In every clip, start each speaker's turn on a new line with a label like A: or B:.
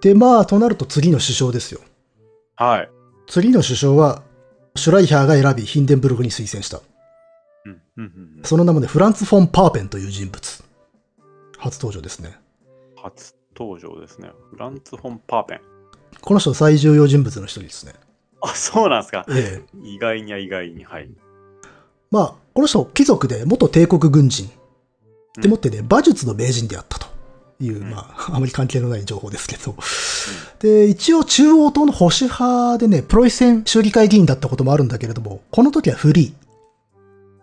A: で、まあ、となると次の首相ですよ。
B: はい。
A: 次の首相は、シュライハーが選び、ヒンデンブルクに推薦した。
B: うんうんうん
A: その名もね、フランツ・フォン・パーペンという人物。初登場ですね。
B: うん初登場ですね。フランツ・フォン・パーペン。
A: この人最重要人物の一人ですね。
B: あ、そうなんですか。
A: ええ。
B: 意外には意外に。はい。
A: まあ、この人、貴族で元帝国軍人。
B: う
A: で
B: ん
A: もってね、馬術の名人であったという、
B: うん
A: まあ、あ まり関係のない情報ですけど。で、一応中央党の保守派でね、プロイセン州議会議員だったこともあるんだけれども、この時はフリ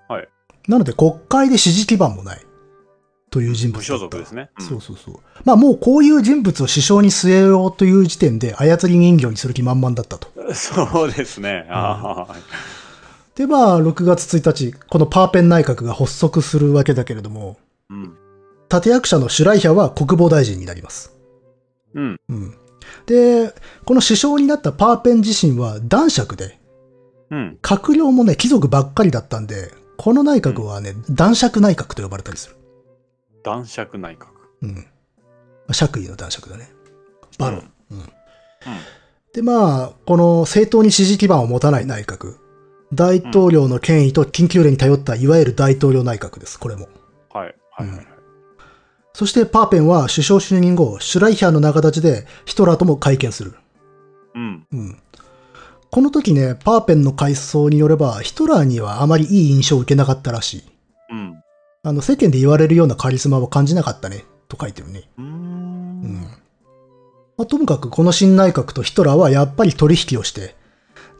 A: ー。
B: はい。
A: なので国会で支持基盤もない。という人物だ
B: 無
A: った。
B: 所属ですね。うん
A: そうそうそう。まあもうこういう人物を首相に据えようという時点で操り人形にする気満々だったと。
B: そうですね。あーはい
A: でまあ6月1日、このパーペン内閣が発足するわけだけれども、
B: うん。
A: 立役者のシュライヒャは国防大臣になります。
B: うん。
A: うん。で、この首相になったパーペン自身は男爵で、
B: うん。
A: 閣僚もね、貴族ばっかりだったんで、この内閣はね、男爵内閣と呼ばれたりする。
B: 男爵内閣。
A: うん。爵位の男爵だね。バロン。うん
B: うん
A: で、まあ、この政党に支持基盤を持たない内閣。大統領の権威と緊急令に頼った、いわゆる大統領内閣です、これも。
B: はい。はい。はいはい。
A: そして、パーペンは首相就任後、シュライヒャーの仲立ちでヒトラーとも会見する。
B: うん。
A: うん。この時ね、パーペンの回想によれば、ヒトラーにはあまりいい印象を受けなかったらしい。
B: うん。う
A: あの、世間で言われるようなカリスマは感じなかったね、と書いてるね。
B: ー
A: うんん。まあ、ともかく、この新内閣とヒトラーはやっぱり取引をして、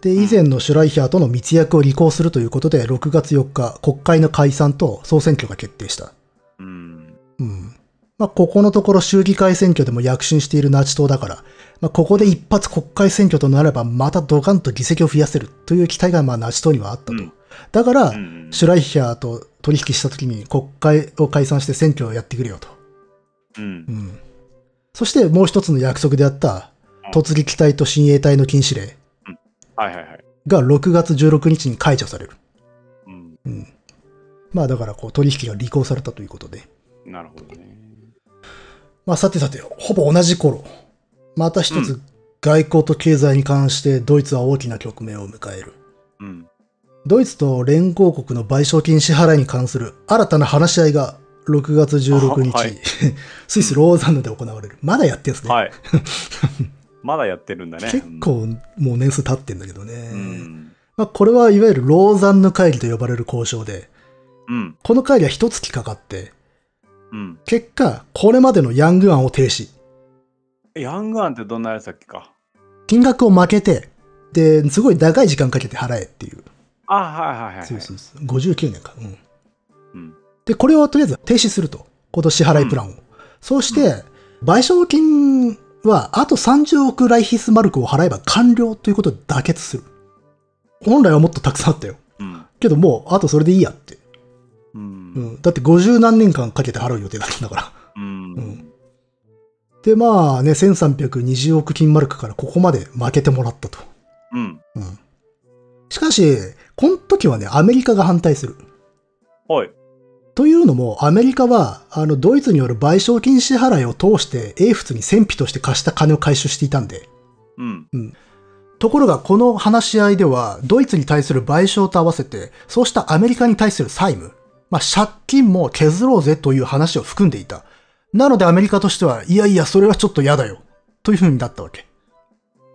A: で、以前のシュライヒャーとの密約を履行するということで、6月4日、国会の解散と総選挙が決定した。
B: うん。
A: うん。まあ、ここのところ州議会選挙でも躍進しているナチ党だから、まあ、ここで一発国会選挙となれば、またドカンと議席を増やせるという期待が、まあ、ナチ党にはあったと。
B: うん
A: だから、
B: うん
A: シュライヒャーと取引した時に国会を解散して選挙をやってくれよと。
B: うん
A: う。ん。そしてもう一つの約束であった
B: うん、
A: 突撃隊と親衛隊の禁止令
B: はいはいはい。
A: が6月16日に解除される。
B: うん。
A: うん。まあだからこう取引が履行されたということで。
B: なるほどね。
A: まあさてさて、ほぼ同じ頃、また一つ外交と経済に関してドイツは大きな局面を迎える。
B: うん。
A: ドイツと連合国の賠償金支払いに関する新たな話し合いが6月16日、
B: あはい
A: スイス・ローザンヌで行われる。まだやってんすね。
B: はい。まだやってるんだね。
A: 結構もう年数経ってんだけどね。
B: うん。
A: まあ、これはいわゆるローザンヌ会議と呼ばれる交渉で、
B: うん。
A: この会議は一月かかって、
B: うん。
A: 結果、これまでのヤング案を停止。
B: ヤングアンってどんなやつだっけか。
A: 金額を負けて、で、すごい長い時間かけて払えっていう。
B: あ、はいはいはいはい。
A: そうそうそう。59年か。うん。
B: うん。
A: で、これをとりあえず停止すると。この支払いプランを。そうして、賠償金はあと30億ライヒスマルクを払えば完了ということで妥結する。本来はもっとたくさんあったよ。
B: うん。
A: けどもう、あとそれでいいやって。
B: う。
A: うんん。だって50何年間かけて払う予定だったんだから。
B: うん。
A: うんで、まあね、1320億金マルクからここまで負けてもらったと。
B: うん。
A: うん。しかし、この時はね、アメリカが反対する。
B: はい。
A: というのも、アメリカは、あの、ドイツによる賠償金支払いを通して、英仏に戦費として貸した金を回収していたんで。
B: うん。
A: ところが、この話し合いでは、ドイツに対する賠償と合わせて、そうしたアメリカに対する債務、まあ、借金も削ろうぜという話を含んでいた。なので、アメリカとしては、いやいや、それはちょっと嫌だよ。というふうになったわけ。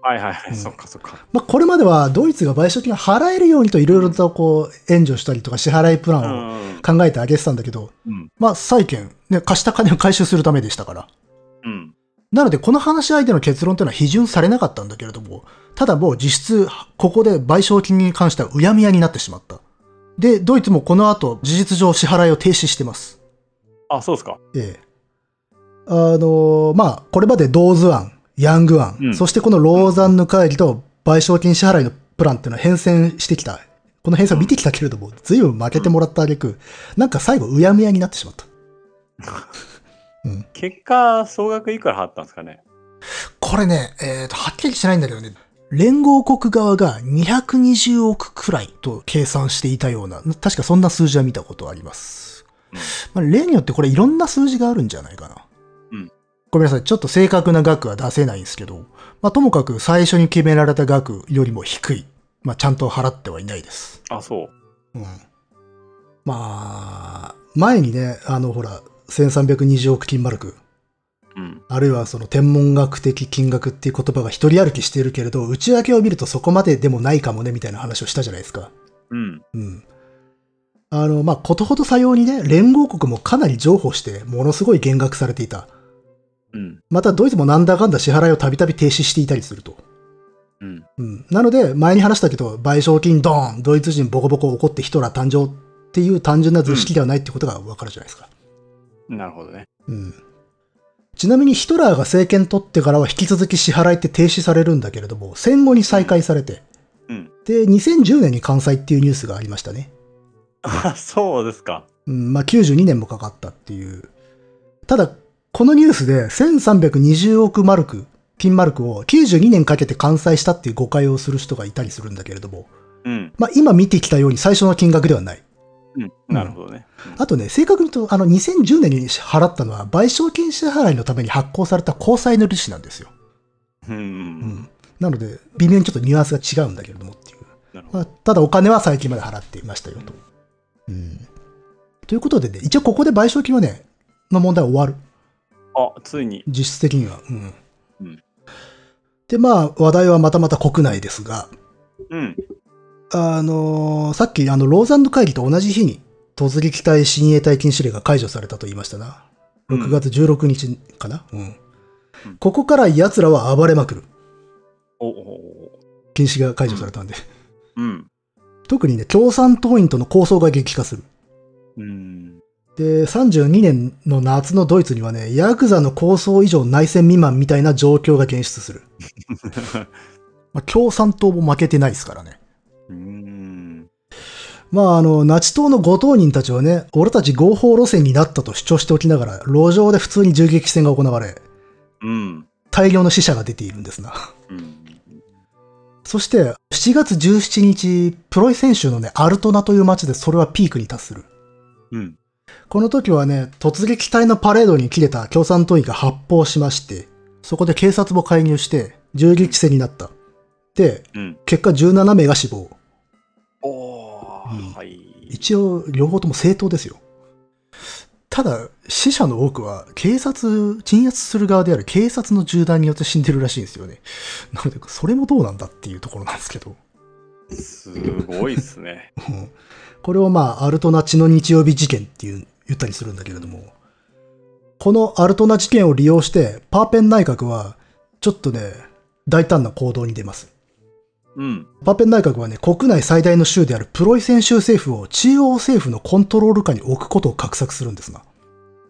B: はいはいは
A: うん
B: い。そっかそっか。
A: まあ、これまではドイツが賠償金を払えるようにといろいろとこう援助したりとか支払いプラ
B: う
A: ンを
B: ん。
A: 考えてあげてたんだけど、
B: うん。
A: まあ、債権、ね、貸した金を回収するためでしたから。
B: うん。
A: なので、この話し合いでの結論というのは批准されなかったんだけれども、ただもう実質、ここで賠償金に関してはうやむやになってしまった。で、ドイツもこの後、事実上支払いを停止してます。
B: あ、そうですか。
A: ええ。あのーまあ、これまでドーズ案、ヤング案、
B: うん
A: そしてこのローザンヌ会議と賠償金支払いのプランっていうのは変遷してきた。この変遷を見てきたけれども、随分負けてもらった挙句、なんか最後うやむやになってしまった。
B: 結果、総額いくら払ったんですかね。
A: これね、えっ、と、はっきりしないんだけどね、連合国側が220億くらいと計算していたような、確かそんな数字は見たことあります。まあ、例によってこれいろんな数字があるんじゃないかな。
B: うん
A: ごめんなさい。ちょっと正確な額は出せないんですけど、まあ、ともかく最初に決められた額よりも低い。まあ、ちゃんと払ってはいないです。
B: あ、そう。
A: うん。まあ、前にね、あの、ほら、1320億金丸く、
B: うん。
A: あるいはその天文学的金額っていう言葉が一人歩きしているけれど、内訳を見るとそこまででもないかもね、みたいな話をしたじゃないですか。
B: うん。
A: うん。あの、まあ、ことほどさようにね、連合国もかなり譲歩して、ものすごい減額されていた。
B: うん。
A: また、ドイツもなんだかんだ支払いをたびたび停止していたりすると。
B: うん。
A: うん。なので、前に話したけど、賠償金ドーン、ドイツ人ボコボコ怒ってヒトラー誕生っていう単純な図式ではないってことがわかるじゃないですか。
B: なるほどね。
A: うん。ちなみにヒトラーが政権取ってからは引き続き支払いって停止されるんだけれども、戦後に再開されて、
B: うん。
A: で、2010年に関西っていうニュースがありましたね。
B: あ、そうですか。
A: うん、まあ92年もかかったっていう。ただ、このニュースで1320億マルク、金マルクを92年かけて完済したっていう誤解をする人がいたりするんだけれども、
B: うん。
A: まあ今見てきたように最初の金額ではない。
B: うん。なるほどね。
A: あとね、正確に言うと、あの2010年に払ったのは賠償金支払いのために発行された交際の利子なんですよ。
B: うん。う。
A: うんん。なので、微妙にちょっとニュアンスが違うんだけれどもっていう。
B: なるほ
A: ま
B: ど。
A: あ、ただお金は最近まで払っていましたよと。うん。ということでね、一応ここで賠償金はね、の問題は終わる。
B: あ、ついに。
A: 実質的には。うん。
B: うん
A: で、まあ、話題はまたまた国内ですが、
B: うん。
A: あのーさっき、あの、ローザンヌ会議と同じ日に、突撃隊親衛隊禁止令が解除されたと言いましたな。
B: うん
A: 6月16日かな。うん。ここから奴らは暴れまくる。
B: おお。
A: 禁止が解除されたんで。
B: うん。
A: 特にね、共産党員との抗争が激化する。
B: うん。
A: で、32年の夏のドイツにはね、ヤクザの抗争以上内戦未満みたいな状況が現出する。まあ、共産党も負けてないですからね。
B: うん。
A: まあ、あの、ナチ党のご当人たちはね、俺たち合法路線になったと主張しておきながら、路上で普通に銃撃戦が行われ、
B: うん。
A: 大量の死者が出ているんですな。
B: うん。
A: そして、7月17日、プロイセン州のね、アルトナという町でそれはピークに達する。
B: うん。
A: この時はね、突撃隊のパレードに切れた共産党員が発砲しまして、そこで警察も介入して、銃撃戦になった。で、
B: うん。
A: 結果17名が死亡。
B: おお。
A: うん
B: はい。
A: 一応、両方とも正当ですよ。ただ、死者の多くは、警察、鎮圧する側である警察の銃弾によって死んでるらしいんですよね。なので、それもどうなんだっていうところなんですけど。
B: すごいっすね。
A: うんこれをまあ、アルトナ血の日曜日事件っていう言ったりするんだけれども、このアルトナ事件を利用して、パーペン内閣は、ちょっとね、大胆な行動に出ます。
B: うん。
A: パーペン内閣はね、国内最大の州であるプロイセン州政府を中央政府のコントロール下に置くことを画策するんですが。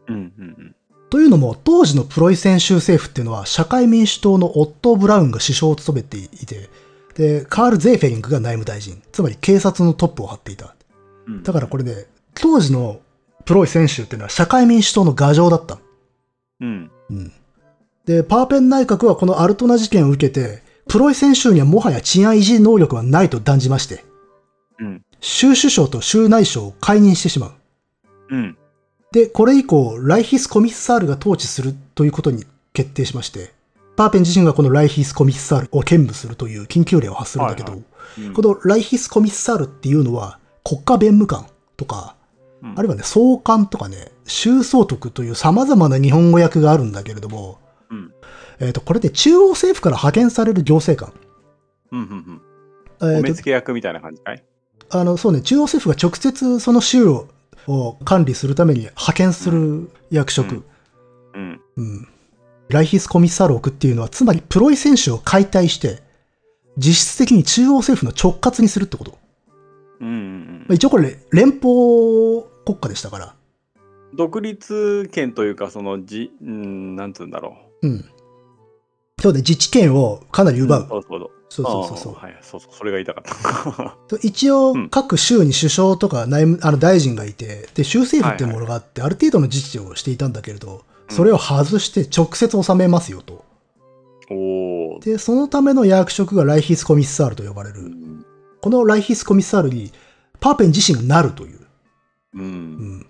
B: うん。うん。
A: というのも、当時のプロイセン州政府っていうのは、社会民主党のオットー・ブラウンが首相を務めていて、で、カール・ゼーフェリングが内務大臣、つまり警察のトップを張っていた。
B: うん。
A: だからこれね、当時のプロイ選手っていうのは社会民主党の牙城だった。
B: うん。
A: うん。で、パーペン内閣はこのアルトナ事件を受けて、プロイ選手にはもはや治安維持能力はないと断じまして、
B: うん。
A: 州首相と州内相を解任してしまう。
B: うん。
A: で、これ以降、ライヒスコミッサールが統治するということに決定しまして、パーペン自身がこのライヒスコミッサールを兼務するという緊急令を発するんだけど、
B: はい
A: このライヒスコミッサールっていうのは、国家弁務官とか、
B: うん
A: あるいはね、総監とかね、州総督という様々な日本語訳があるんだけれども、
B: うん。
A: えっ、と、これで中央政府から派遣される行政官。
B: うん。うん。
A: え
B: お目
A: ー
B: 付け役みたいな感じかい
A: と、あの、そうね、中央政府が直接その州をを管理するために派遣する役職。
B: うん。
A: うん。ライヒスコミッサールクっていうのは、つまりプロイセン州を解体して、実質的に中央政府の直轄にするってこと。
B: うんうん
A: まあ一応これ、連邦国家でしたから。
B: うん、独立権というかそのじ、うん、なんつうんだろ
A: うん。そうね、自治権をかなり
B: う。
A: 奪う。
B: んそうそうそ
A: そうそう
B: う
A: そうそう。
B: あーはい、そうそう、それが言いたかった。
A: と一応
B: うん、
A: 各州に首相とか内務あの大臣がいて、で、州政府っていうものがあって、ある程度の自治をしていたんだけれど、
B: うん
A: それを外して直接収めますよと。
B: おお。
A: で、そのための役職がライヒスコミッサールと呼ばれ
B: う
A: る。
B: ん。
A: このライヒスコミッサールに、パーペン自身がなるという。
B: う。
A: うんん。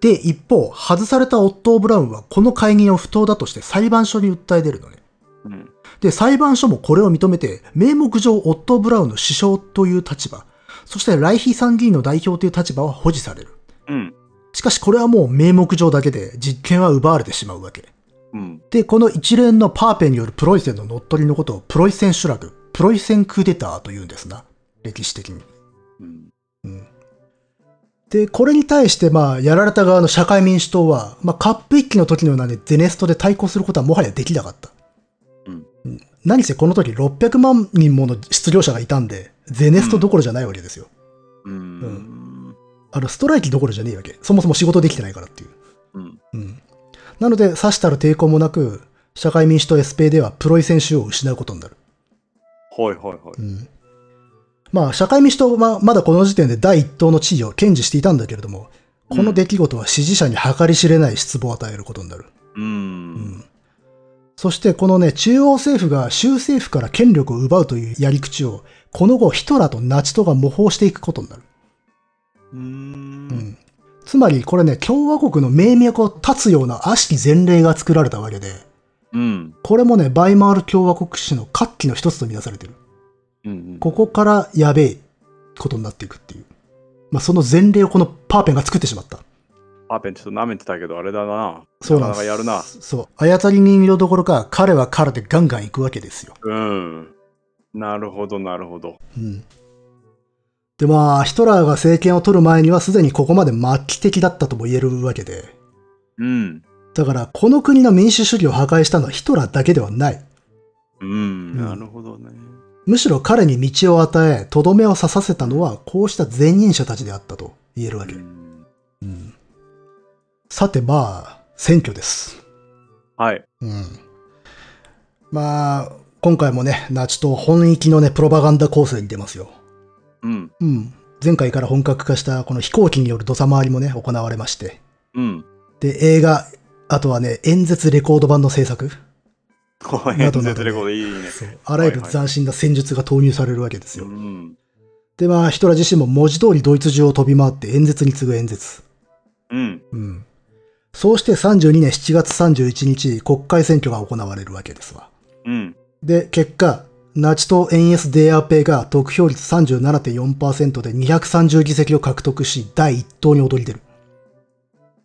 A: で、一方、外されたオットー・ブラウンはこの会議を不当だとして裁判所に訴え出るのね。
B: うん。
A: で、裁判所もこれを認めて、名目上オットー・ブラウンの首相という立場、そしてライヒ参議院の代表という立場は保持される。
B: うん。
A: しかしこれはもう名目上だけで実権は奪われてしまうわけ。
B: うん。
A: で、この一連のパーペンによるプロイセンの乗っ取りのことをプロイセン主落、プロイセンクーデターというんですな。歴史的に。
B: うん。
A: で、これに対して、まあ、やられた側の社会民主党は、まあ、カップ一揆の時のようなね、ゼネストで対抗することはもはやできなかった。
B: うん
A: うん。何せこの時600万人もの失業者がいたんで、ゼネストどころじゃないわけですよ。
B: うん。
A: あの、ストライキどころじゃねえわけ。そもそも仕事できてないからっていう。
B: うん。
A: うん。なので、さしたる抵抗もなく、社会民主党 SP ではプロイセン主要を失うことになる。
B: はいはいは
A: う
B: い。
A: ん。まあ、社会民主党はまだこの時点で第一党の地位を堅持していたんだけれども、この出来事は支持者に計り知れない失望を与えることになる。
B: う。
A: うんん。そして、このね、中央政府が州政府から権力を奪うというやり口を、この後ヒトラーとナチ党が模倣していくことになる。
B: う。
A: うんん。つまり、これね、共和国の名脈を断つような悪しき前例が作られたわけで、
B: うん。
A: これもね、バイマール共和国史の活気の一つとみなされてる。
B: うん。
A: ここからやべえことになっていくっていう。まあ、その前例をこのパーペンが作ってしまった。
B: パーペンちょっと舐めてたけど、あれだな。
A: そうなんで
B: か
A: す。
B: かやるな。
A: そう。あやたり人形どころか、彼は彼でガンガン行くわけですよ。
B: うん。なるほど、なるほど。
A: うん。で、まあ、ヒトラーが政権を取る前にはすでにここまで末期的だったとも言えるわけで。
B: うん。
A: だから、この国の民主主義を破壊したのはヒトラーだけではない。
B: うん。なるほどね。
A: むしろ彼に道を与え、とどめを刺させたのは、こうした前任者たちであったと言えるわけ。
B: うん
A: うん。さて、まあ、選挙です。
B: はい。
A: うん。まあ、今回もね、ナチと本域のね、プロパガンダ構成に出ますよ。
B: うん。
A: うん。前回から本格化したこの飛行機による土佐回りもね、行われまして。
B: うん。
A: で、映画、あとはね、演説レコード版の制作。
B: こう
A: な
B: 演
A: どなどね
B: 説レコードいいね。
A: そうあらゆる斬新な戦術が投入されるわけです
B: う
A: よ。
B: ん。
A: で、まあ、ヒトラー自身も文字通りドイツ中を飛び回って演説に次ぐ演説。
B: うん。
A: うん。そうして32年7月31日、国会選挙が行われるわけですわ。
B: うん。
A: で、結果、ナチ党 NSDAP が得票率37.4%で230議席を獲得し、第一党に躍り出る。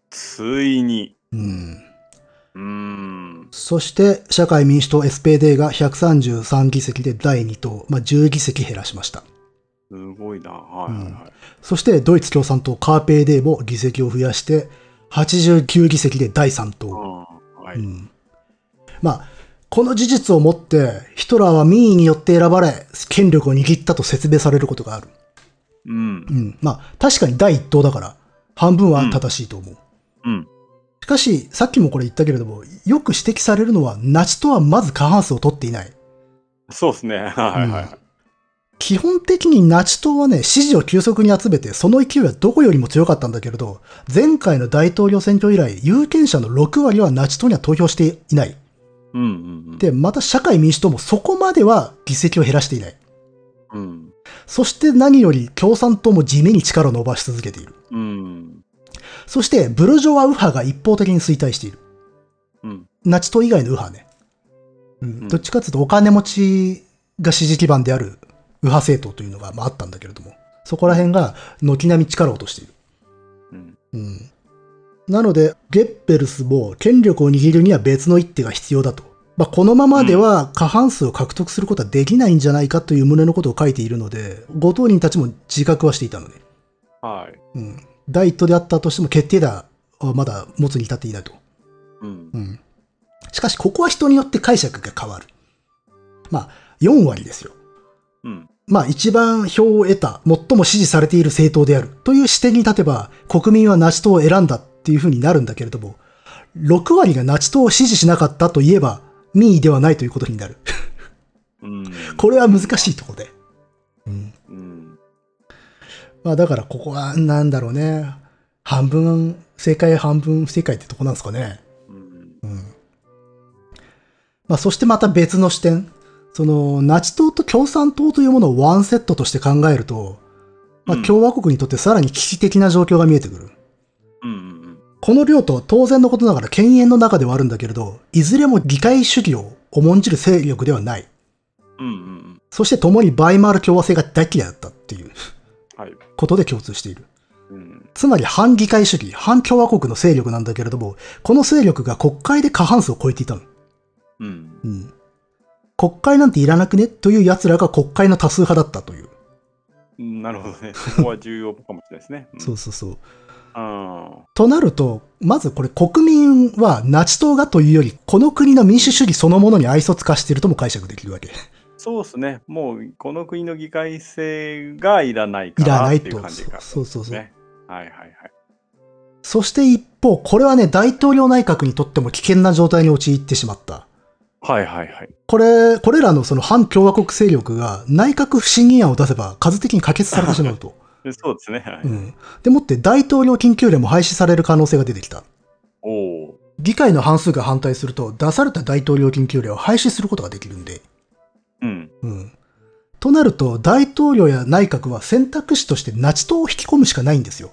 B: ついに。
A: うん。
B: うん。
A: そして、社会民主党 SPD が133議席で第二党、まあ、10議席減らしました。
B: すごいな。はいはいはい。
A: そして、ドイツ共産党カーペイデーも議席を増やして、89議席で第三
B: う
A: 党。
B: んは
A: う
B: い。
A: ん。まあ、この事実をもって、ヒトラーは民意によって選ばれ、権力を握ったと説明されることがある。
B: うん
A: う。ん。まあ、確かに第一党だから、半分は正しいと思う。
B: うん。
A: しかし、さっきもこれ言ったけれども、よく指摘されるのは、ナチ党はまず過半数を取っていない。
B: そうですね。はいはいはい。
A: 基本的にナチ党はね、支持を急速に集めて、その勢いはどこよりも強かったんだけれど、前回の大統領選挙以来、有権者の6割はナチ党には投票していない。
B: うんうんうん。
A: で、また社会民主党もそこまでは議席を減らしていない。
B: うん。
A: そして何より共産党も地味に力を伸ばし続けている。
B: うん。
A: そして、ブルジョワ右派が一方的に衰退している。
B: うん。
A: ナチ党以外の右派ね。うん
B: うん
A: どっちかっていうとお金持ちが支持基盤である右派政党というのが、まあ、あったんだけれども、そこら辺が軒並み力を落としている。
B: うん。
A: うん。なので、ゲッペルスも権力を握るには別の一手が必要だと。まあ、このままでは過半数を獲得することはできないんじゃないかという旨のことを書いているので、ご当人たちも自覚はしていたのね。
B: はい。
A: うん。第一党であったとしても決定打はまだ持つに至っていないと。
B: うん
A: う。ん。しかし、ここは人によって解釈が変わる。まあ、4割ですよ。
B: うん。
A: まあ、一番票を得た、最も支持されている政党であるという視点に立てば、国民はナチ党を選んだっていうふうになるんだけれども、6割がナチ党を支持しなかったといえば、民意ではないということになる。
B: うん。
A: これは難しいところで。うん。
B: うん。
A: まあ、だから、ここは、なんだろうね。半分、正解半分不正解ってとこなんですかね。
B: うん。
A: うんまあ、そしてまた別の視点。その、ナチ党と共産党というものをワンセットとして考えると、ま
B: う
A: あ、
B: ん
A: 共和国にとってさらに危機的な状況が見えてくる。
B: うん。
A: この両党当然のことながら犬猿の中ではあるんだけれど、いずれも議会主義を重んじる勢力ではない。
B: うんうんうん。
A: そして共にバイマール共和制が大嫌いだったっていう
B: はい。
A: ことで共通している。
B: うん。
A: つまり反議会主義、反共和国の勢力なんだけれども、この勢力が国会で過半数を超えていたの。
B: うん。
A: うん。国会なんていらなくねという奴らが国会の多数派だったという。
B: うんなるほど ね。そこは重要かもしれないですね。。
A: そううんそうそう。
B: あ
A: となると、まずこれ国民はナチ党がというより、この国の民主主義そのものに愛想つかしているとも解釈できるわ け。
B: ーそうですね。もう、この国の議会制がいらない
A: い
B: から
A: ない
B: っていう
A: と。
B: 感じか。
A: そうそうそう。
B: ね。はいはいはい。
A: そして一方、これはね、大統領内閣にとっても危険な状態に陥ってしまった。
B: はいはいはい。
A: これ、これらのその反共和国勢力が内閣不信任案を出せば数的に可決されてしまう と。
B: でそうですね。はい
A: うん。でもって大統領緊急令も廃止される可能性が出てきた。
B: おお。
A: 議会の半数が反対すると、出された大統領緊急令を廃止することができるんで。
B: うん。
A: うん。となると、大統領や内閣は選択肢としてナチ党を引き込むしかないんですよ。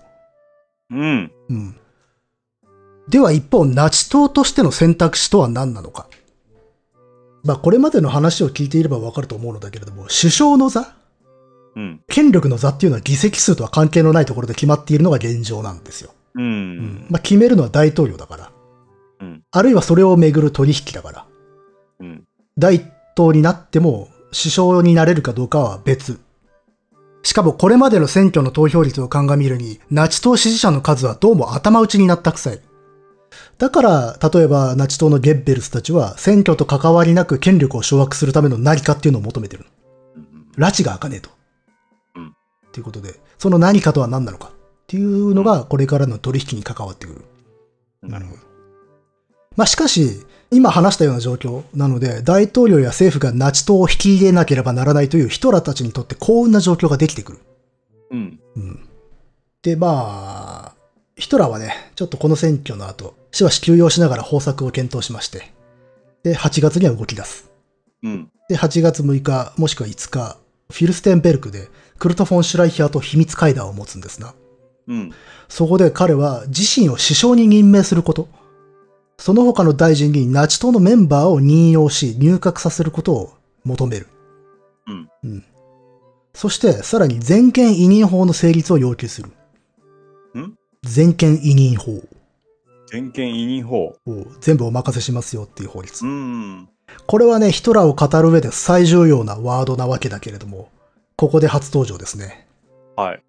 B: うん。
A: うん。では一方、ナチ党としての選択肢とは何なのか。まあ、これまでの話を聞いていればわかると思うのだけれども、首相の座
B: うん。
A: 権力の座っていうのは議席数とは関係のないところで決まっているのが現状なんですよ。
B: う。
A: うんまあ、決めるのは大統領だから。
B: うん
A: あるいはそれをめぐる取引だから。
B: うん。
A: 大統になっても首相になれるかどうかは別。しかもこれまでの選挙の投票率を鑑みるに、ナチ党支持者の数はどうも頭打ちになったくさい。だから、例えばナチ党のゲッベルスたちは選挙と関わりなく権力を掌握するための何かっていうのを求めてるの。
B: うん
A: 拉致が開かねえと。
B: うん
A: ということで、その何かとは何なのかっていうのがこれからの取引に関わってくる。
B: なるほど。
A: まあ、しかし、今話したような状況なので、大統領や政府がナチ党を引き入れなければならないというヒトラーたちにとって幸運な状況ができてくる。
B: うん。
A: うん。で、まあ、ヒトラーはね、ちょっとこの選挙の後、しばし休養しながら方策を検討しまして、で、8月には動き出す。
B: うん。
A: で、8月6日、もしくは5日、フィルステンベルクで、クルト・フォン・シュライヒャーと秘密会談を持つんですな。
B: うん。
A: そこで彼は自身を首相に任命すること、その他の大臣にナチ党のメンバーを任用し入閣させることを求める。
B: うん
A: そして、さらに全権委任法の成立を要求する。
B: ん
A: 全権委任法
B: 全権委任法。
A: を全部お任せしますよっていう法律
B: う。ん。
A: これはね、ヒトラーを語る上で最重要なワードなわけだけれども、ここで初登場ですね。
B: はい。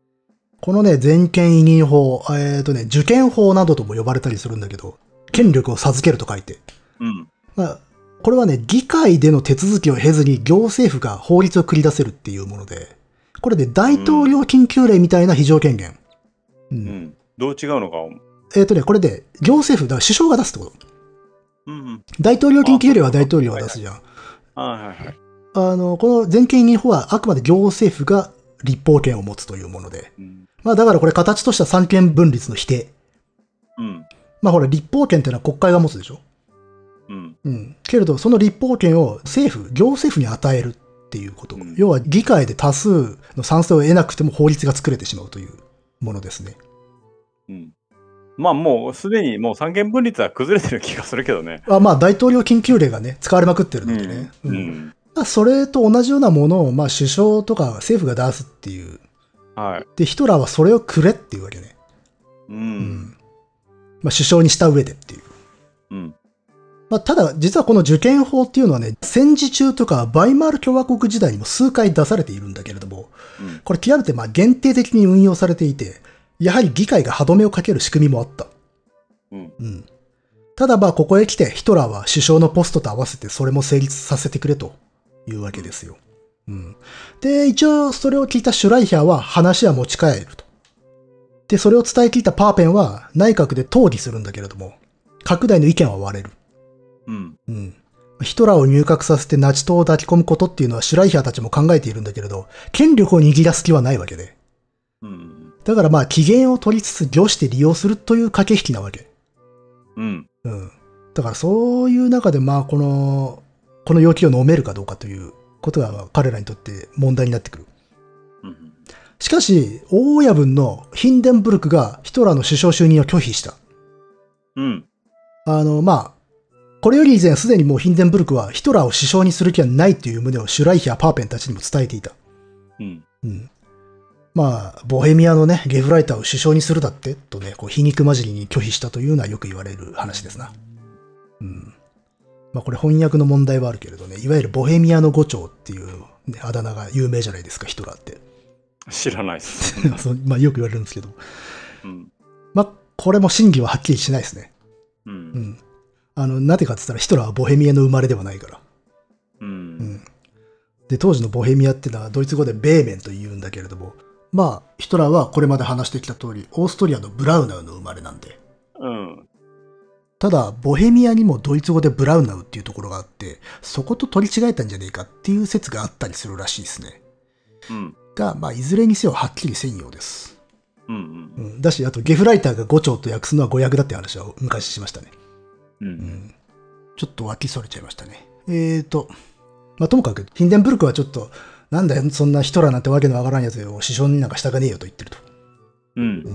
A: このね、全権委任法、えっ、とね、受験法などとも呼ばれたりするんだけど、権力を授けると書いて、
B: うん。
A: まあ、これはね、議会での手続きを経ずに行政府が法律を繰り出せるっていうもので、これで大統領緊急令みたいな非常権限。うん
B: うん。どう違うのか。
A: えっ、とね、これで行政府、だから首相が出すってこと。
B: うん。
A: 大統領緊急令は大統領が出すじゃん。
B: はいはいはい。
A: あの、この全権委任法はあくまで行政府が立法権を持つというもので。
B: うん。
A: まあだからこれ形とした三権分立の否定。
B: うん。
A: まあほら、立法権っていうのは国会が持つでしょ。
B: うん。
A: うん。けれど、その立法権を政府、行政府に与えるっていうこと。
B: うん
A: 要は議会で多数の賛成を得なくても法律が作れてしまうというものですね。
B: うん。まあもうすでにもう三権分立は崩れてる気がするけどね。
A: あまあ、大統領緊急令がね、使われまくってる
B: う
A: のでね
B: ん。。
A: う
B: うんん。
A: まあそれと同じようなものを、まあ、首相とか政府が出すっていう。
B: はい。
A: で、ヒトラーはそれをくれっていうわけね。
B: う。。
A: うんまあ、首相にした上でっていう。
B: うん。
A: まあ、ただ、実はこの受験法っていうのはね、戦時中とか、バイマール共和国時代にも数回出されているんだけれども、
B: うん。
A: これ極めてまあ限定的に運用されていて、やはり議会が歯止めをかける仕組みもあった。
B: うん。
A: うん。ただまあここへ来てヒトラーは首相のポストと合わせてそれも成立させてくれというわけですよ。うん。で、一応それを聞いたシュライヒャーは話は持ち帰ると。で、それを伝え聞いたパーペンは内閣で討議するんだけれども、各大の意見は割れる。
B: うん。
A: うん。ヒトラーを入閣させてナチ党を抱き込むことっていうのはシュライヒャーたちも考えているんだけれど、権力を握らす気はないわけで。
B: うん。
A: だからまあ、機嫌を取りつつ、漁して利用するという駆け引きなわけ。
B: うん。
A: うん。だからそういう中で、まあ、この、この要求を飲めるかどうかということが彼らにとって問題になってくる。
B: うん。
A: しかし、大親分のヒンデンブルクがヒトラーの首相就任を拒否した。
B: うん。
A: あの、まあ、これより以前すでにもうヒンデンブルクはヒトラーを首相にする気はないという旨をシュライヒやパーペンたちにも伝えていた。
B: うん。
A: うん。まあ、ボヘミアのね、ゲフライターを首相にするだって、とね、こう皮肉混じりに拒否したというのはよく言われる話ですな。うん。まあこれ翻訳の問題はあるけれどね、いわゆるボヘミアの五長っていう、ね、あだ名が有名じゃないですか、ヒトラーって。
B: 知らないっす。
A: そうまあよく言われるんですけど。
B: うん。
A: まあ、これも真偽ははっきりしないですね。
B: う。
A: うんん。あの、なぜかって言ったらヒトラーはボヘミアの生まれではないから。
B: う。
A: うんん。で、当時のボヘミアってのはドイツ語でベーメンと言うんだけれども、まあ、ヒトラーはこれまで話してきた通り、オーストリアのブラウナウの生まれなんで。
B: うん。
A: ただ、ボヘミアにもドイツ語でブラウナウっていうところがあって、そこと取り違えたんじゃねえかっていう説があったりするらしいですね。
B: うん。
A: が、まあ、いずれにせよはっきりせんようです。
B: う。
A: うんん。だし、あと、ゲフライターが五丁と訳すのは五訳だって話は昔しましたね。
B: う。
A: うんんちょっと脇それちゃいましたね。えーと、まあ、ともかく、ヒンデンブルクはちょっと、なんだよ、そんなヒトラーなんてわけのわからんやつを師匠になんか従わねえよと言ってると。
B: うん
A: う。ん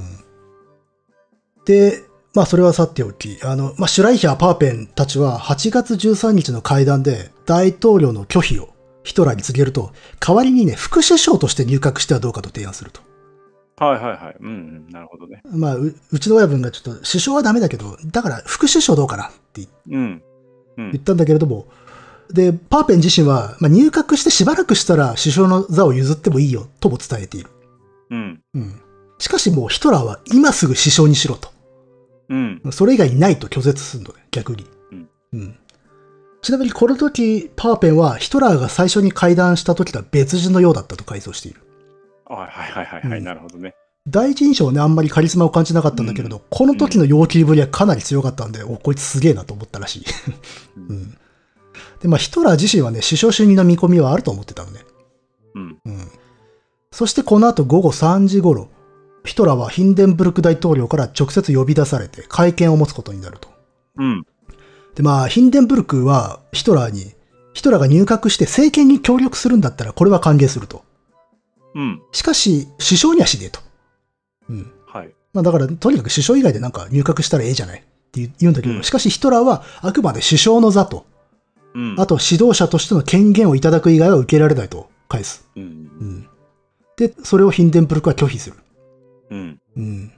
A: で、まあ、それはさておき、あの、まあ、シュライヒャー・パーペンたちは8月13日の会談で大統領の拒否をヒトラーに告げると、代わりにね、副首相として入閣してはどうかと提案すると。
B: はいはいはい。うんうん。なるほどね。
A: まあ、ううちの親分がちょっと、首相はダメだけど、だから副首相どうかなって言って
B: うん。う
A: 言っ
B: ん。
A: たんだけれども、で、パーペン自身は、まあ、入閣してしばらくしたら首相の座を譲ってもいいよとも伝えている。
B: うん。
A: うん。しかしもうヒトラーは今すぐ首相にしろと。
B: うん。
A: それ以外ないと拒絶するのね、逆に。
B: うん。
A: うん。ちなみにこの時、パーペンはヒトラーが最初に会談した時とは別人のようだったと回想している。
B: はいはいはいはいは
A: う
B: い。
A: ん
B: なるほどね。
A: 第一印象はね、あんまりカリスマを感じなかったんだけれど、
B: うん
A: この時の要求ぶりはかなり強かったんで、お、こいつすげえなと思ったらしい。
B: うん
A: うん。で、まあヒトラー自身はね、首相就任の見込みはあると思ってたのね。
B: うん。
A: うん。そしてこの後午後3時頃、ヒトラーはヒンデンブルク大統領から直接呼び出されて会見を持つことになると。
B: うん。
A: で、まあ、ヒンデンブルクはヒトラーに、ヒトラーが入閣して政権に協力するんだったらこれは歓迎すると。
B: うん。
A: しかし、首相にはしねえと。うん。
B: はい。
A: まあだから、とにかく首相以外でなんか入閣したらええじゃないって言う言うんだけど、
B: うん
A: しかしヒトラーはあくまで首相の座と、
B: うん。
A: あと指導者としての権限をいただく以外は受けられないと返す。
B: うん
A: う。ん。で、それをヒンデンブルクは拒否する。
B: うん。
A: うん。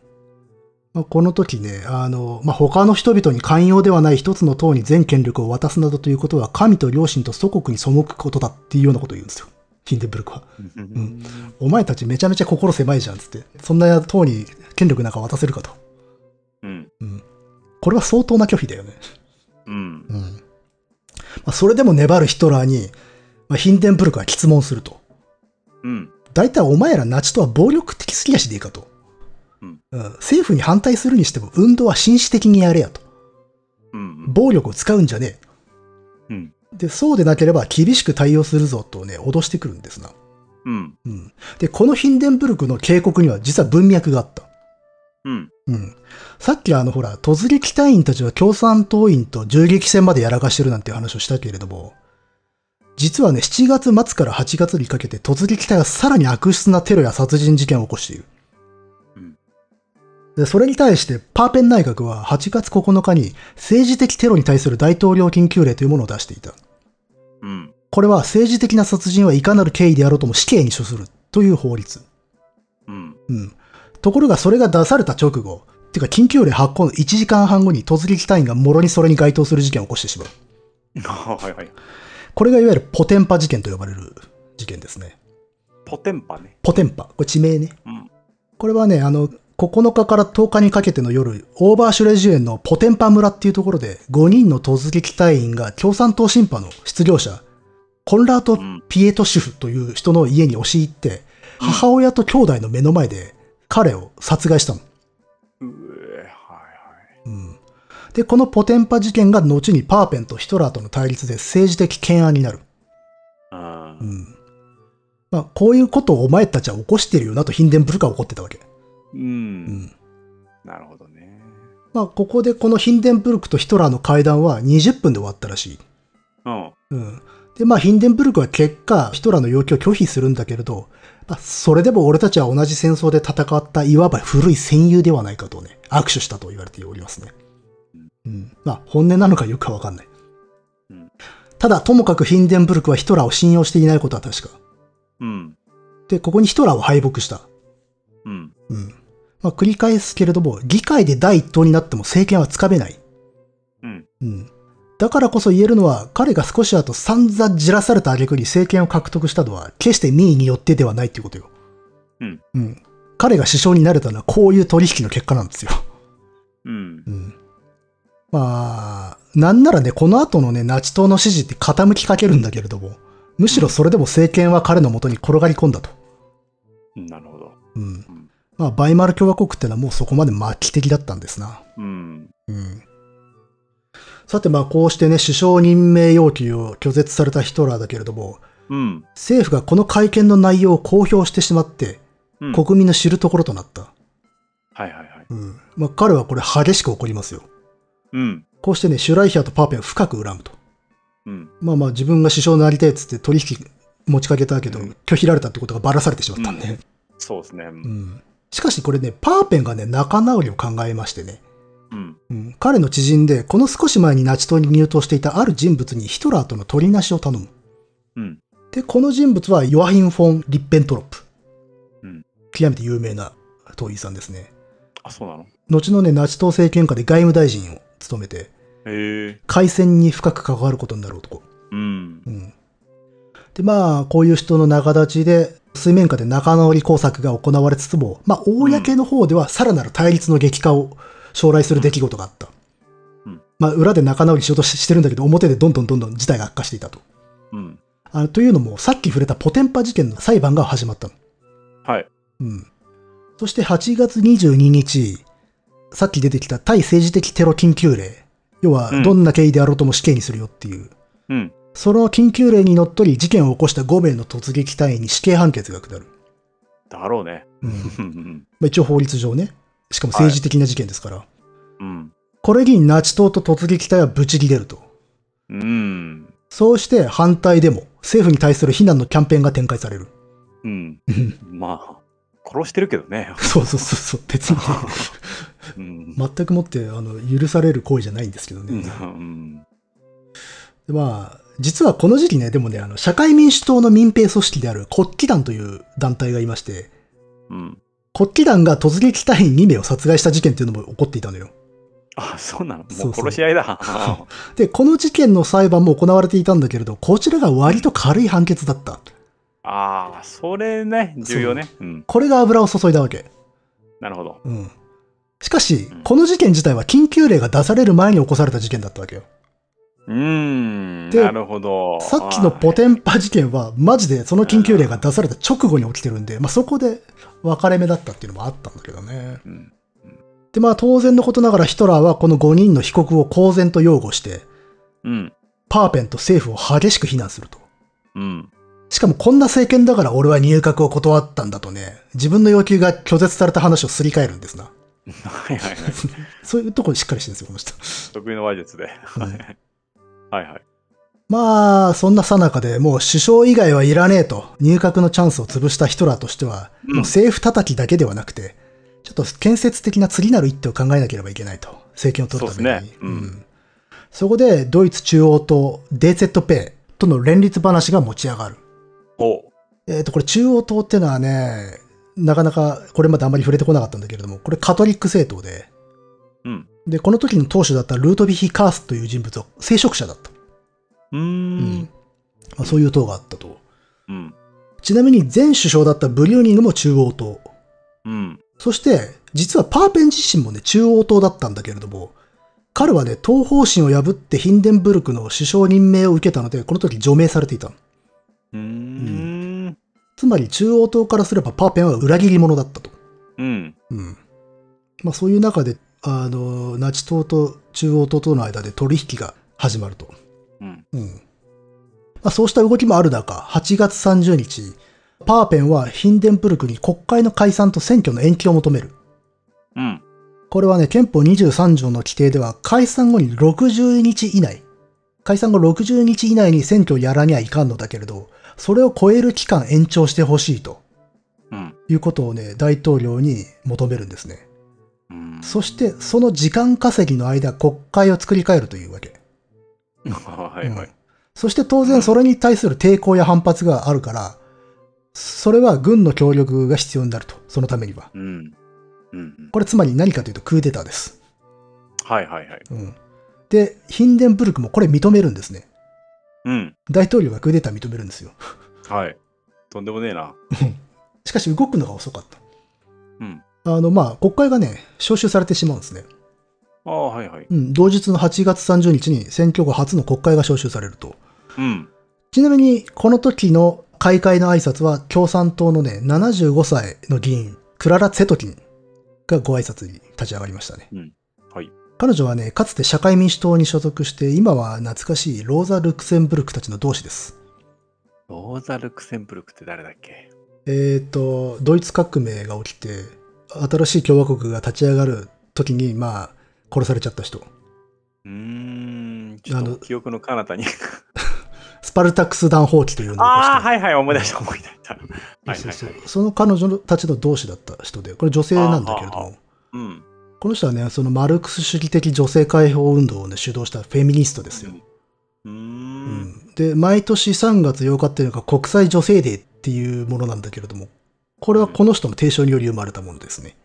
A: まあ、この時ね、あの、まあ、他の人々に寛容ではない一つの党に全権力を渡すなどということは神と良心と祖国に背くことだっていうようなことを言うんですよ。ヒンデンブルクは。
B: うん。
A: お前たちめちゃめちゃ心狭いじゃんっつって、そんな党に権力なんか渡せるかと。
B: うん。
A: うん。これは相当な拒否だよね。
B: うん。
A: うん。まあ、それでも粘るヒトラーに、まあ、ヒンデンブルクは質問すると。
B: うん。
A: 大体お前らナチとは暴力的すぎやしねえかと。
B: うん
A: うん政府に反対するにしても運動は紳士的にやれやと。
B: うん。
A: 暴力を使うんじゃね
B: うん。
A: え。で、そうでなければ厳しく対応するぞとね、脅してくるんですな。
B: うん。
A: うん。で、このヒンデンブルクの警告には実は文脈があった。
B: うん。
A: うん。さっきあのほら、突撃隊員たちは共産党員と銃撃戦までやらかしてるなんていう話をしたけれども、実はね、7月末から8月にかけて突撃隊はさらに悪質なテロや殺人事件を起こしている。
B: うん
A: で、それに対してパーペン内閣は8月9日に政治的テロに対する大統領緊急令というものを出していた。
B: うん。
A: これは政治的な殺人はいかなる経緯であろうとも死刑に処するという法律。
B: うん。
A: うん。ところがそれが出された直後、てか緊急令発行の1時間半後に突撃隊員がもろにそれに該当する事件を起こしてしまう。
B: はいはい。
A: これがいわゆるポテンパ事件と呼ばれる事件ですね。
B: ポテンパね。
A: ポテンパ。これ地名ね。
B: うん。
A: これはね、あの、9日から10日にかけての夜、オーバーシュレジュ園のポテンパ村っていうところで、5人の突撃隊員が共産党審判の失業者、コンラート・ピエト主婦という人の家に押し入って、
B: うん
A: 母親と兄弟の目の前で彼を殺害したの。
B: うえ、はい
A: うんで、このポテンパ事件が後にパーペンとヒトラーとの対立で政治的懸案になる。
B: はい。
A: う
B: うん。
A: ん。まあ、こういうことをお前たちは起こしてるよなとヒンデンブルクは怒ってたわけ。
B: う。
A: うんん。
B: なるほどね。
A: まあ、ここでこのヒンデンブルクとヒトラーの会談は20分で終わったらしい。
B: うん。
A: うん。で、まあ、ヒンデンブルクは結果、ヒトラーの要求を拒否するんだけれど、まあ、それでも俺たちは同じ戦争で戦ったいわば古い戦友ではないかとね、握手したと言われておりますね。う
B: う
A: ん。まあ、本音なのかよくわかんない
B: うん。
A: ただ、ともかくヒンデンブルクはヒトラーを信用していないことは確か。
B: うん。
A: で、ここにヒトラーを敗北した。
B: うん。
A: うん。まあ、繰り返すけれども、議会で第一党になっても政権はつかめない。
B: うん。
A: うん。だからこそ言えるのは、彼が少し後散々じらされた挙句に政権を獲得したのは、決して民意によってではないっていうことよ。
B: うん。
A: うん。彼が首相になれたのは、こういう取引の結果なんですよ。
B: うん
A: う。ん。まあ、なんならね、この後のね、ナチ党の支持って傾きかけるんだけれども、むしろそれでも政権は彼のもとに転がり込んだと。
B: なるほど。
A: うん。まあ、バイマル共和国ってのはもうそこまで末期的だったんですな。
B: うん。
A: うん。さて、まあ、こうしてね、首相任命要求を拒絶されたヒトラーだけれども、
B: うん。
A: 政府がこの会見の内容を公表してしまって、
B: うん。はい
A: 国民の知るところとなった。
B: はいはい。
A: うん。まあ、彼はこれ激しく怒りますよ。
B: うん。
A: こうしてね、シュライヒャーとパーペンを深く恨むと。
B: うん。
A: まあまあ自分が首相になりたいっつって取引持ちかけたけど、
B: うん
A: 拒否られたってことがばらされてしまったんで、
B: そうですね。う。
A: うんんしかしこれねパーペンがね仲直りを考えましてね、
B: うん。
A: うん、彼の知人でこの少し前にナチ党に入党していたある人物にヒトラーとの取りなしを頼む
B: うん。
A: でこの人物はヨアヒン・フォン・リッペントロップ、
B: うん
A: 極めて有名な党員さんですね
B: あ、そうなの
A: 後のねナチ党政権下で外務大臣を務めて
B: へえ。
A: 開戦に深く関わることになる男
B: うん。
A: うん、でまあこういう人の仲立ちで水面下で仲直り工作が行われつつも、まあ、公の方ではさらなる対立の激化を将来する出来事があった、
B: うん
A: まあ、裏で仲直りしようとししてるんだけど表でどんどんどんどん事態が悪化していたと
B: うん。
A: あのというのもさっき触れたポテンパ事件の裁判が始まったの、
B: はい。
A: うん、そして8月22日さっき出てきた対政治的テロ緊急令要は
B: うん
A: どんな経緯であろうとも死刑にするよっていう、
B: うん。
A: その緊急令にのっとり事件を起こした5名の突撃隊員に死刑判決が下る。
B: だろうね。
A: うん
B: うん。
A: まあ、一応法律上ね。しかも政治的な事件ですから。
B: うん。
A: これにナチ党と突撃隊はぶち切れると。
B: うん。
A: そうして反対デモ、政府に対する非難のキャンペーンが展開される。
B: うん。まあ、殺してるけどね。
A: そうそうそうそう、別にね、
B: うん。
A: 全くもってあの許される行為じゃないんですけど
B: う
A: ね。
B: ん。
A: でまあ、実はこの時期ね、でもね、あの社会民主党の民兵組織である国旗団という団体がいまして、
B: うん。
A: 国旗団が突撃隊員2名を殺害した事件というのも起こっていたのよ。
B: あ、そうなの
A: そうそう
B: もう殺し合いだ。
A: で、この事件の裁判も行われていたんだけれど、こちらが割と軽い判決だった。
B: ああ、それね、重要ね。うん。
A: これが油を注いだわけ。
B: なるほど。
A: うん。しかし
B: うん、
A: この事件自体は緊急令が出される前に起こされた事件だったわけよ。
B: うーん。
A: で
B: なるほど。
A: さっきのポテンパ事件は、マジでその緊急令が出された直後に起きてるんで、まあ、そこで分かれ目だったっていうのもあったんだけどね。
B: うん。
A: で、まあ当然のことながらヒトラーはこの5人の被告を公然と擁護して、
B: うん。
A: パーペンと政府を激しく非難すると。
B: うん。
A: しかもこんな政権だから俺は入閣を断ったんだとね、自分の要求が拒絶された話をすり替えるんですな。
B: はいはい はい。
A: そういうところしっかりしてるんですよ、この人。
B: 得意の話術で。はいはい。
A: まあ、そんなさなかでもう首相以外はいらねえと、入閣のチャンスを潰したヒトラーとしては、
B: うん
A: もう政府叩きだけではなくて、ちょっと建設的な次なる一手を考えなければいけないと、政権を取るために。
B: そうですねうん
A: そこで、ドイツ中央党 DZP との連立話が持ち上がる。
B: お
A: えっ、と、これ中央党ってのはね、なかなかこれまであんまり触れてこなかったんだけれども、これカトリック政党で、
B: うん。
A: で、この時の党首だったルートビヒ・カースという人物は聖職者だった。
B: う
A: う
B: ーん。
A: まあ、そういう党があったと。
B: うん。
A: ちなみに前首相だったブリューニングも中央党。
B: うん。
A: そして、実はパーペン自身もね、中央党だったんだけれども、彼はね、党方針を破ってヒンデンブルクの首相任命を受けたので、この時除名されていたの。
B: うーん。
A: つまり中央党からすればパーペンは裏切り者だったと。
B: うん。
A: うん。まあそういう中で、あの、ナチ党と中央党との間で取引が始まると。
B: うん。
A: うん。まあそうした動きもある中、8月30日、パーペンはヒンデンブルクに国会の解散と選挙の延期を求める。
B: うん。
A: これはね、憲法23条の規定では、解散後に60日以内、解散後60日以内に選挙をやらにはいかんのだけれど、それを超える期間延長してほしいと
B: うん。
A: いうことをね、大統領に求めるんですね。
B: うん。うん
A: そして、その時間稼ぎの間、国会を作り変えるというわけ。
B: はいは
A: う
B: い
A: ん。そして当然それに対する抵抗や反発があるから、それは軍の協力が必要になると、そのためには。
B: うん。うんうん。
A: これつまり何かというとクーデターです。
B: はいはいはい。
A: うん、で、ヒンデンブルクもこれ認めるんですね。
B: うん。
A: 大統領がクーデター認めるんですよ。
B: はい。とんでもねえな。
A: しかし動くのが遅かった。
B: うん。
A: あの、まあ、国会がね、招集されてしまうんですね。
B: ああ、はいはい。
A: うん、同日の8月30日に選挙後初の国会が招集されると。
B: うん。
A: ちなみに、この時の開会の挨拶は、共産党のね、75歳の議員、クララ・ツェトキンがご挨拶に立ち上がりましたね。
B: うんはい。
A: 彼女はね、かつて社会民主党に所属して、今は懐かしいローザ・ルクセンブルクたちの同志です。
B: ローザ・ルクセンブルクって誰だっけ
A: えっ、と、ドイツ革命が起きて、新しい共和国が立ち上がる時に、まあ、殺されちゃった人。
B: うーん。ちょっ
A: あの
B: と記憶の彼方に。
A: スパルタクス弾砲機というのを起こし
B: あ
A: た
B: あ、はいはい、思い出した思い出した。はいはい
A: そうそう
B: はい。
A: その彼女たちの同志だった人で、これ女性なんだけれど
B: あは
A: も、
B: うん。
A: この人はね、そのマルクス主義的女性解放運動を、ね、主導したフェミニストですよ。
B: うー。
A: うんんで、毎年3月8日っていうのが国際女性デーっていうものなんだけれども、これはこの人の提唱により生まれたものですね。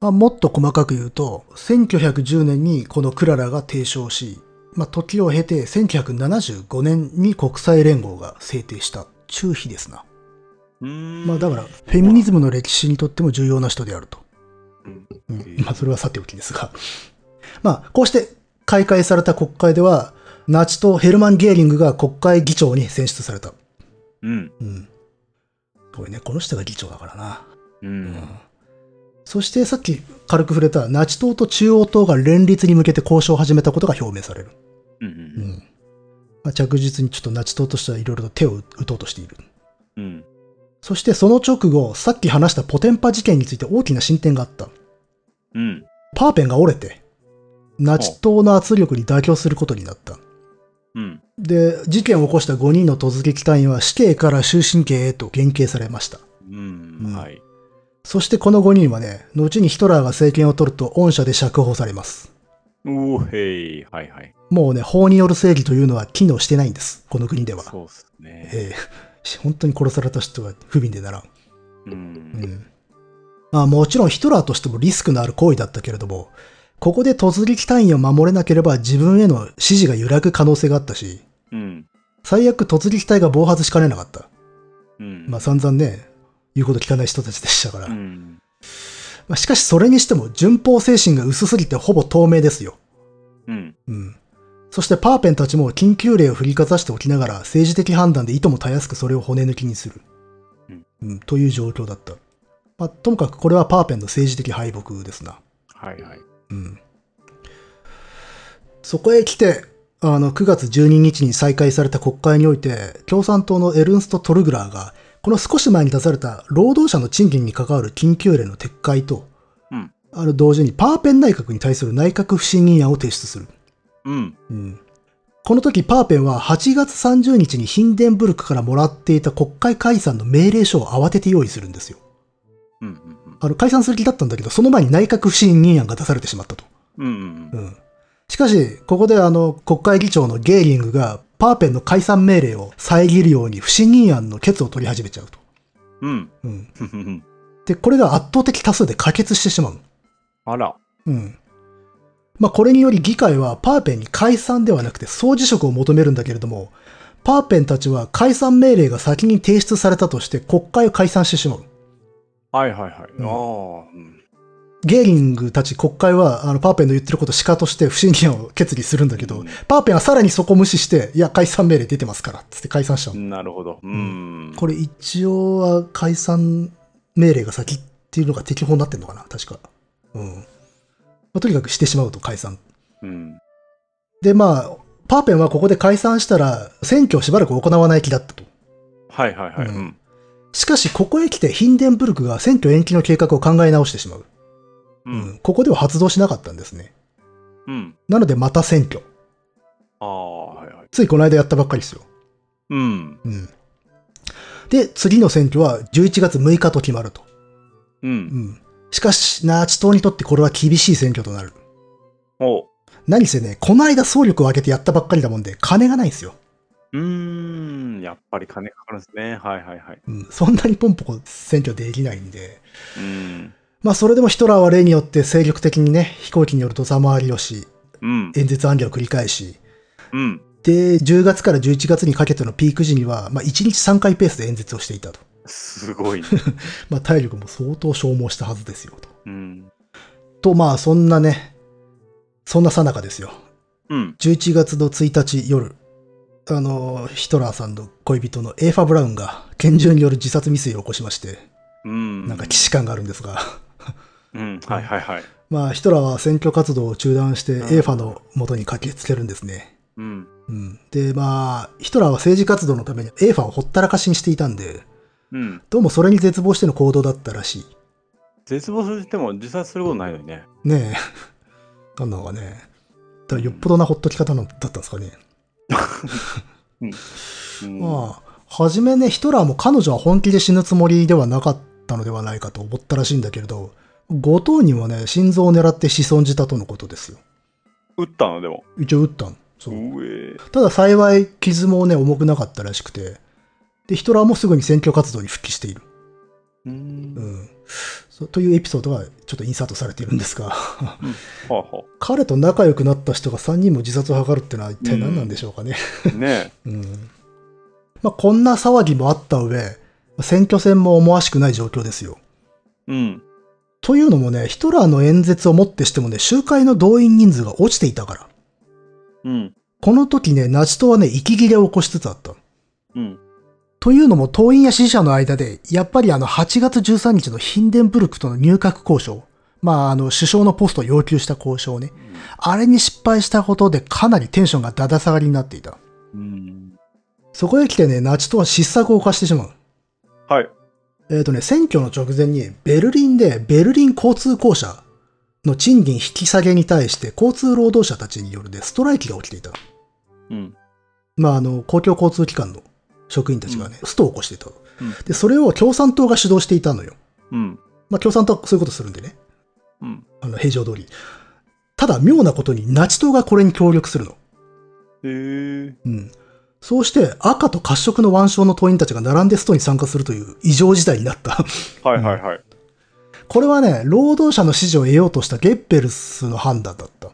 A: まあ、もっと細かく言うと、1910年にこのクララが提唱し、まあ、時を経て1975年に国際連合が制定した中非ですな。
B: うーん
A: まあだから、フェミニズムの歴史にとっても重要な人であると。
B: うん
A: うんまあそれはさておきですが。 まあ、こうして開会された国会では、ナチとヘルマン・ゲーリングが国会議長に選出された。
B: うん。
A: うん。これね、この人が議長だからな。
B: う
A: うん
B: ん。
A: そしてさっき軽く触れたナチ党と中央党が連立に向けて交渉を始めたことが表明される。
B: う。
A: うんん。まあ、着実にちょっとナチ党としてはいろいろと手を打とうとしている。
B: うん。
A: そしてその直後、さっき話したポテンパ事件について大きな進展があった。
B: うん。
A: パーペンが折れて、ナチ党の圧力に妥協することになった。
B: うん。
A: で、事件を起こした5人の突撃隊員は死刑から終身刑へと減刑されました。
B: うん。はい。
A: そしてこの5人はね、後にヒトラーが政権を取ると恩赦で釈放されます。
B: うおへい。はいはい。
A: もうね、法による正義というのは機能してないんです。この国では。
B: そうっすね。
A: え え本当に殺された人は不憫でならん。
B: う。
A: うんん。まあもちろんヒトラーとしてもリスクのある行為だったけれども、ここで突撃隊員を守れなければ自分への支持が揺らぐ可能性があったし、
B: うん。
A: 最悪突撃隊が暴発しかねなかった。
B: うん。
A: まあ散々ね、言うこと聞かない人たちでしたから。
B: う
A: ま
B: ん。
A: あ、しかしそれにしても順法精神が薄すぎてほぼ透明ですよ。
B: うん。
A: うん。そしてパーペンたちも緊急例を振りかざしておきながら政治的判断でいともたやすくそれを骨抜きにする。
B: うん
A: うん、という状況だった。まあ、ともかくこれはパーペンの政治的敗北ですな。
B: はいはい。
A: うん。そこへ来て、あの、9月12日に再開された国会において、共産党のエルンスト・トルグラーが、この少し前に出された労働者の賃金に関わる緊急令の撤回と、
B: うん
A: あの同時にパーペン内閣に対する内閣不信任案を提出する。
B: うん。
A: うんこの時パーペンは8月30日にヒンデンブルクからもらっていた国会解散の命令書を慌てて用意するんですよ。
B: うん。うん。
A: あの解散する気だったんだけど、その前に内閣不信任案が出されてしまったと。
B: うん。
A: うん。しかし、ここであの、国会議長のゲーリングが、パーペンの解散命令を遮るように不信任案の決を取り始めちゃうと。
B: うん。
A: うん。
B: うん。
A: で、これが圧倒的多数で可決してしまうの。
B: あら。
A: うん。まあ、これにより議会はパーペンに解散ではなくて総辞職を求めるんだけれども、パーペンたちは解散命令が先に提出されたとして国会を解散してしまう。
B: はいはいはい。ああ。うん。
A: ゲーリングたち国会は、あの、パーペンの言ってることを鹿として不信任案を決議するんだけど、
B: うん
A: パーペンはさらにそこを無視して、いや、解散命令出てますから、つって解散しちゃうの。
B: なるほど。うん。
A: これ一応は解散命令が先っていうのが適法になってんのかな、確か。うん。まあ、とにかくしてしまうと解散。
B: うん。
A: で、まあ、パーペンはここで解散したら、選挙をしばらく行わない気だったと。
B: はいはいはい。うん。
A: しかし、ここへ来てヒンデンブルクが選挙延期の計画を考え直してしまう。
B: う。
A: うんんここでは発動しなかったんですね。
B: うん。
A: なので、また選挙。
B: ああ、はいはい。
A: ついこの間やったばっかりですよ。
B: うん。
A: うん。で、次の選挙は11月6日と決まると。う
B: う。
A: んん。しかし、ナーチ党にとってこれは厳しい選挙となる。
B: おう。
A: 何せね、この間総力を挙げてやったばっかりだもんで、金がないんですよ。
B: うーん、やっぱり金かかるんですね。はいはいはい。
A: うん、そんなにポンポコ選挙できないんで。
B: うん。
A: まあ、それでもヒトラーは例によって精力的にね、飛行機による土佐回りをし、
B: うん。
A: 演説暗記を繰り返し、
B: うん。
A: で、10月から11月にかけてのピーク時には、まあ、1日3回ペースで演説をしていたと。
B: すご いね。
A: まあ、体力も相当消耗したはずですよ、と。
B: うん。
A: と、まあ、そんなね、そんなさなかですよ。
B: うん。
A: 11月の1日夜、あの、ヒトラーさんの恋人のエーファ・ブラウンが拳銃による自殺未遂を起こしまして、
B: うん。
A: なんか既視感があるんですが、
B: うん。はいはいはい。
A: まあ、ヒトラーは選挙活動を中断して、エ
B: ん
A: ーファの元に駆けつけるんですね。
B: うん。
A: うん。で、まあ、ヒトラーは政治活動のためにエーファをほったらかしにしていたんで、
B: うん。
A: どうもそれに絶望しての行動だったらしい。
B: 絶望するっても自殺することないのにね。
A: ねえ。 なんだかね。だからよっぽどなほっとき方なんだったんですかね。
B: うん。
A: まあ、はじめね、ヒトラーも彼女は本気で死ぬつもりではなかったのではないかと思ったらしいんだけれど、後藤にはね、心臓を狙って死損じたとのことですよ。
B: 撃ったのでも。
A: 一応撃ったん。そうう。
B: え。
A: ただ幸い、傷もね、重くなかったらしくて、で、ヒトラーもすぐに選挙活動に復帰している。
B: う。
A: うんん。そうというエピソードがちょっとインサートされているんですが、
B: はあは
A: 彼と仲良くなった人が3人も自殺を図るってのは一体何なんでしょうかね。
B: あ。ね
A: うんまあ、こんな騒ぎもあった上、選挙戦も思わしくない状況ですよ。
B: え。うん。
A: というのもね、ヒトラーの演説をもってしてもね、集会の動員人数が落ちていたから。
B: うん。
A: この時ね、ナチ党はね、息切れを起こしつつあった。
B: うん。
A: というのも、党員や支持者の間で、やっぱりあの、8月13日のヒンデンブルクとの入閣交渉、まあ、あの、首相のポストを要求した交渉ね、あれに失敗したことでかなりテンションがだだ下がりになっていた。
B: うん。
A: そこへ来てね、ナチ党は失策を犯してしまう。
B: はい。
A: えっ、とね、選挙の直前にベルリンでベルリン交通公社の賃金引き下げに対して交通労働者たちによるね、ストライキが起きていた。
B: うん。
A: まあ、あの、公共交通機関の職員たちがね、ストを起こしていた。
B: ん
A: で、それを共産党が主導していたのよ。
B: うん。
A: まあ、共産党はそういうことするんでね。
B: うん。
A: あの、平常通り。ただ、妙なことにナチ党がこれに協力するの。
B: ええ。
A: うん。そうして、赤と褐色の腕章の党員たちが並んでストに参加するという異常事態になった。
B: はいはいはい。
A: これはね、労働者の支持を得ようとしたゲッペルスの判断だった。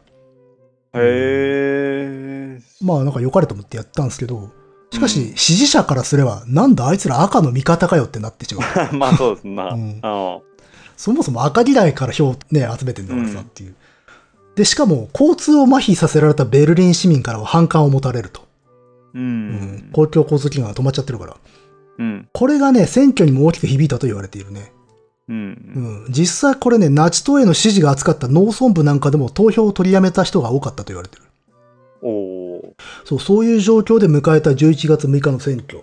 B: へえ。
A: まあなんか良かれと思ってやったんですけど、しか
B: う
A: し支持者からすれば、なんだあいつら赤の味方かよってなってしまう。
B: まあそうですな。
A: うん
B: あ
A: そもそも赤嫌いから票をね、集めてんだからさっ
B: うん
A: ていう。で、しかも交通を麻痺させられたベルリン市民からは反感を持たれると。う
B: う
A: ん
B: ん。
A: 公共交通機関が止まっちゃってるから。
B: うん。
A: これがね、選挙にも大きく響いたと言われているね。
B: う。
A: うんん。実際これね、ナチ党への支持が厚かった農村部なんかでも投票を取りやめた人が多かったと言われてる。
B: おお。
A: そう、そういう状況で迎えた11月6日の選挙。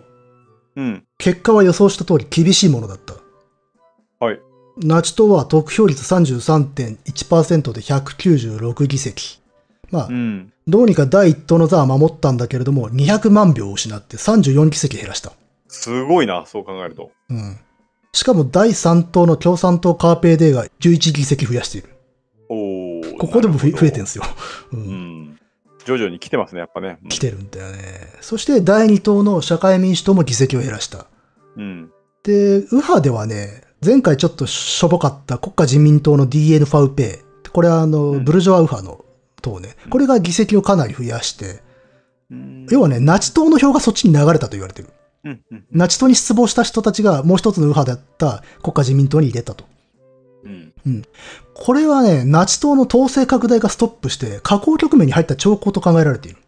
B: うん。
A: 結果は予想した通り厳しいものだった。
B: はい。
A: ナチ党は得票率33.1%で196議席。まあ、
B: うん。
A: どうにか第一党の座は守ったんだけれども、200万票を失って34議席減らした。
B: すごいな、そう考えると。
A: うん。しかも第三党の共産党カーペイデーが11議席増やしている。
B: おお。
A: ここでもふ
B: なるほど
A: 増えてるんですよ。う。
B: うんん。徐々に来てますね、やっぱね。
A: 来てるんだよね。そして第二党の社会民主党も議席を減らした。
B: うん。
A: で、右派ではね、前回ちょっとしょぼかった国家人民党の DN ファウペイ。これはあの、
B: うん
A: ブルジョア右派の党ね。これが議席をかなり増やして、
B: うん。
A: 要はね、ナチ党の票がそっちに流れたと言われてる。
B: うん。うん。
A: ナチ党に失望した人たちがもう一つの右派だった国家人民党に入れたと。
B: うん。
A: これはね、ナチ党の統制拡大がストップして、下降局面に入った兆候と考えられている。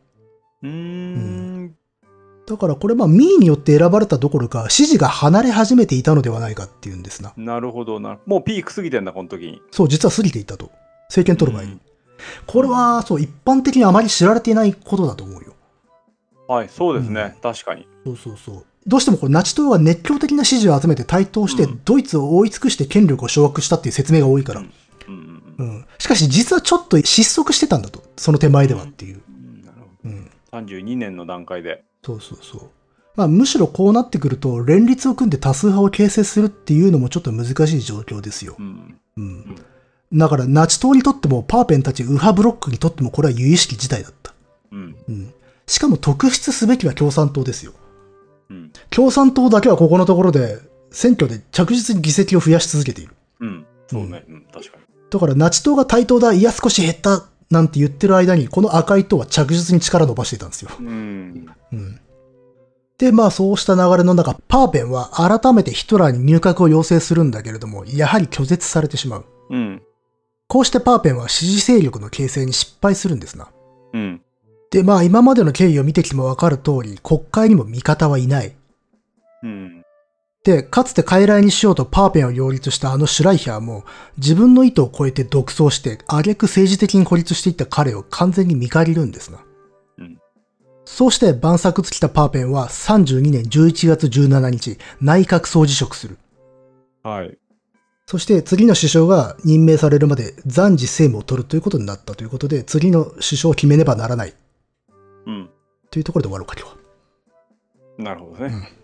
B: うーん。
A: だからこれまあ民意によって選ばれたどころか、支持が離れ始めていたのではないかっていうんですな。
B: なるほどな。もうピーク過ぎてんだ、この時に。
A: そう、実は過ぎていたと。政権取る前に。
B: うん
A: これは、そう、一般的にあまり知られていないことだと思うよ。
B: はい、そうですね。確かに。
A: そうそうそう。どうしてもこれ、ナチ党は熱狂的な支持を集めて台頭して、
B: うん
A: ドイツを覆い尽くして権力を掌握したっていう説明が多いから。
B: うんうんうん
A: う
B: うん
A: ん。しかし、実はちょっと失速してたんだと。その手前ではっていう。
B: うん。なるほ
A: うん。
B: ど。32年の段階で。
A: そうそうそう。まあ、むしろこうなってくると、連立を組んで多数派を形成するっていうのもちょっと難しい状況ですよ
B: う。ん。
A: うん。だから、ナチ党にとっても、パーペンたち右派ブロックにとっても、これは由々しき事態だった。
B: うん。
A: うん。しかも、特筆すべきは共産党ですよ。
B: うん。
A: 共産党だけはここのところで、選挙で着実に議席を増やし続けている。
B: うん。そうね。うん。確かに。
A: だから、ナチ党が対等だ、いや、少し減った、なんて言ってる間に、この赤い党は着実に力伸ばしていたんですよ。
B: うん。
A: うん。で、まあ、そうした流れの中、パーペンは改めてヒトラーに入閣を要請するんだけれども、やはり拒絶されてしまう。
B: うん。
A: こうしてパーペンは支持勢力の形成に失敗するんですな。
B: うん。
A: で、まあ、今までの経緯を見てきてもわかる通り、国会にも味方はいない。
B: うん。
A: で、かつて傀儡にしようとパーペンを擁立したあのシュライヒャーも、自分の意図を超えて独走して、挙句政治的に孤立していった彼を完全に見返りるんですな。
B: うん
A: そうして晩作尽きたパーペンは32年11月17日、内閣総辞職する。
B: はい。
A: そして次の首相が任命されるまで暫時政務を取るということになったということで、次の首相を決めねばならない
B: うん。
A: というところで終わろうか、今日は。
B: なるほどね。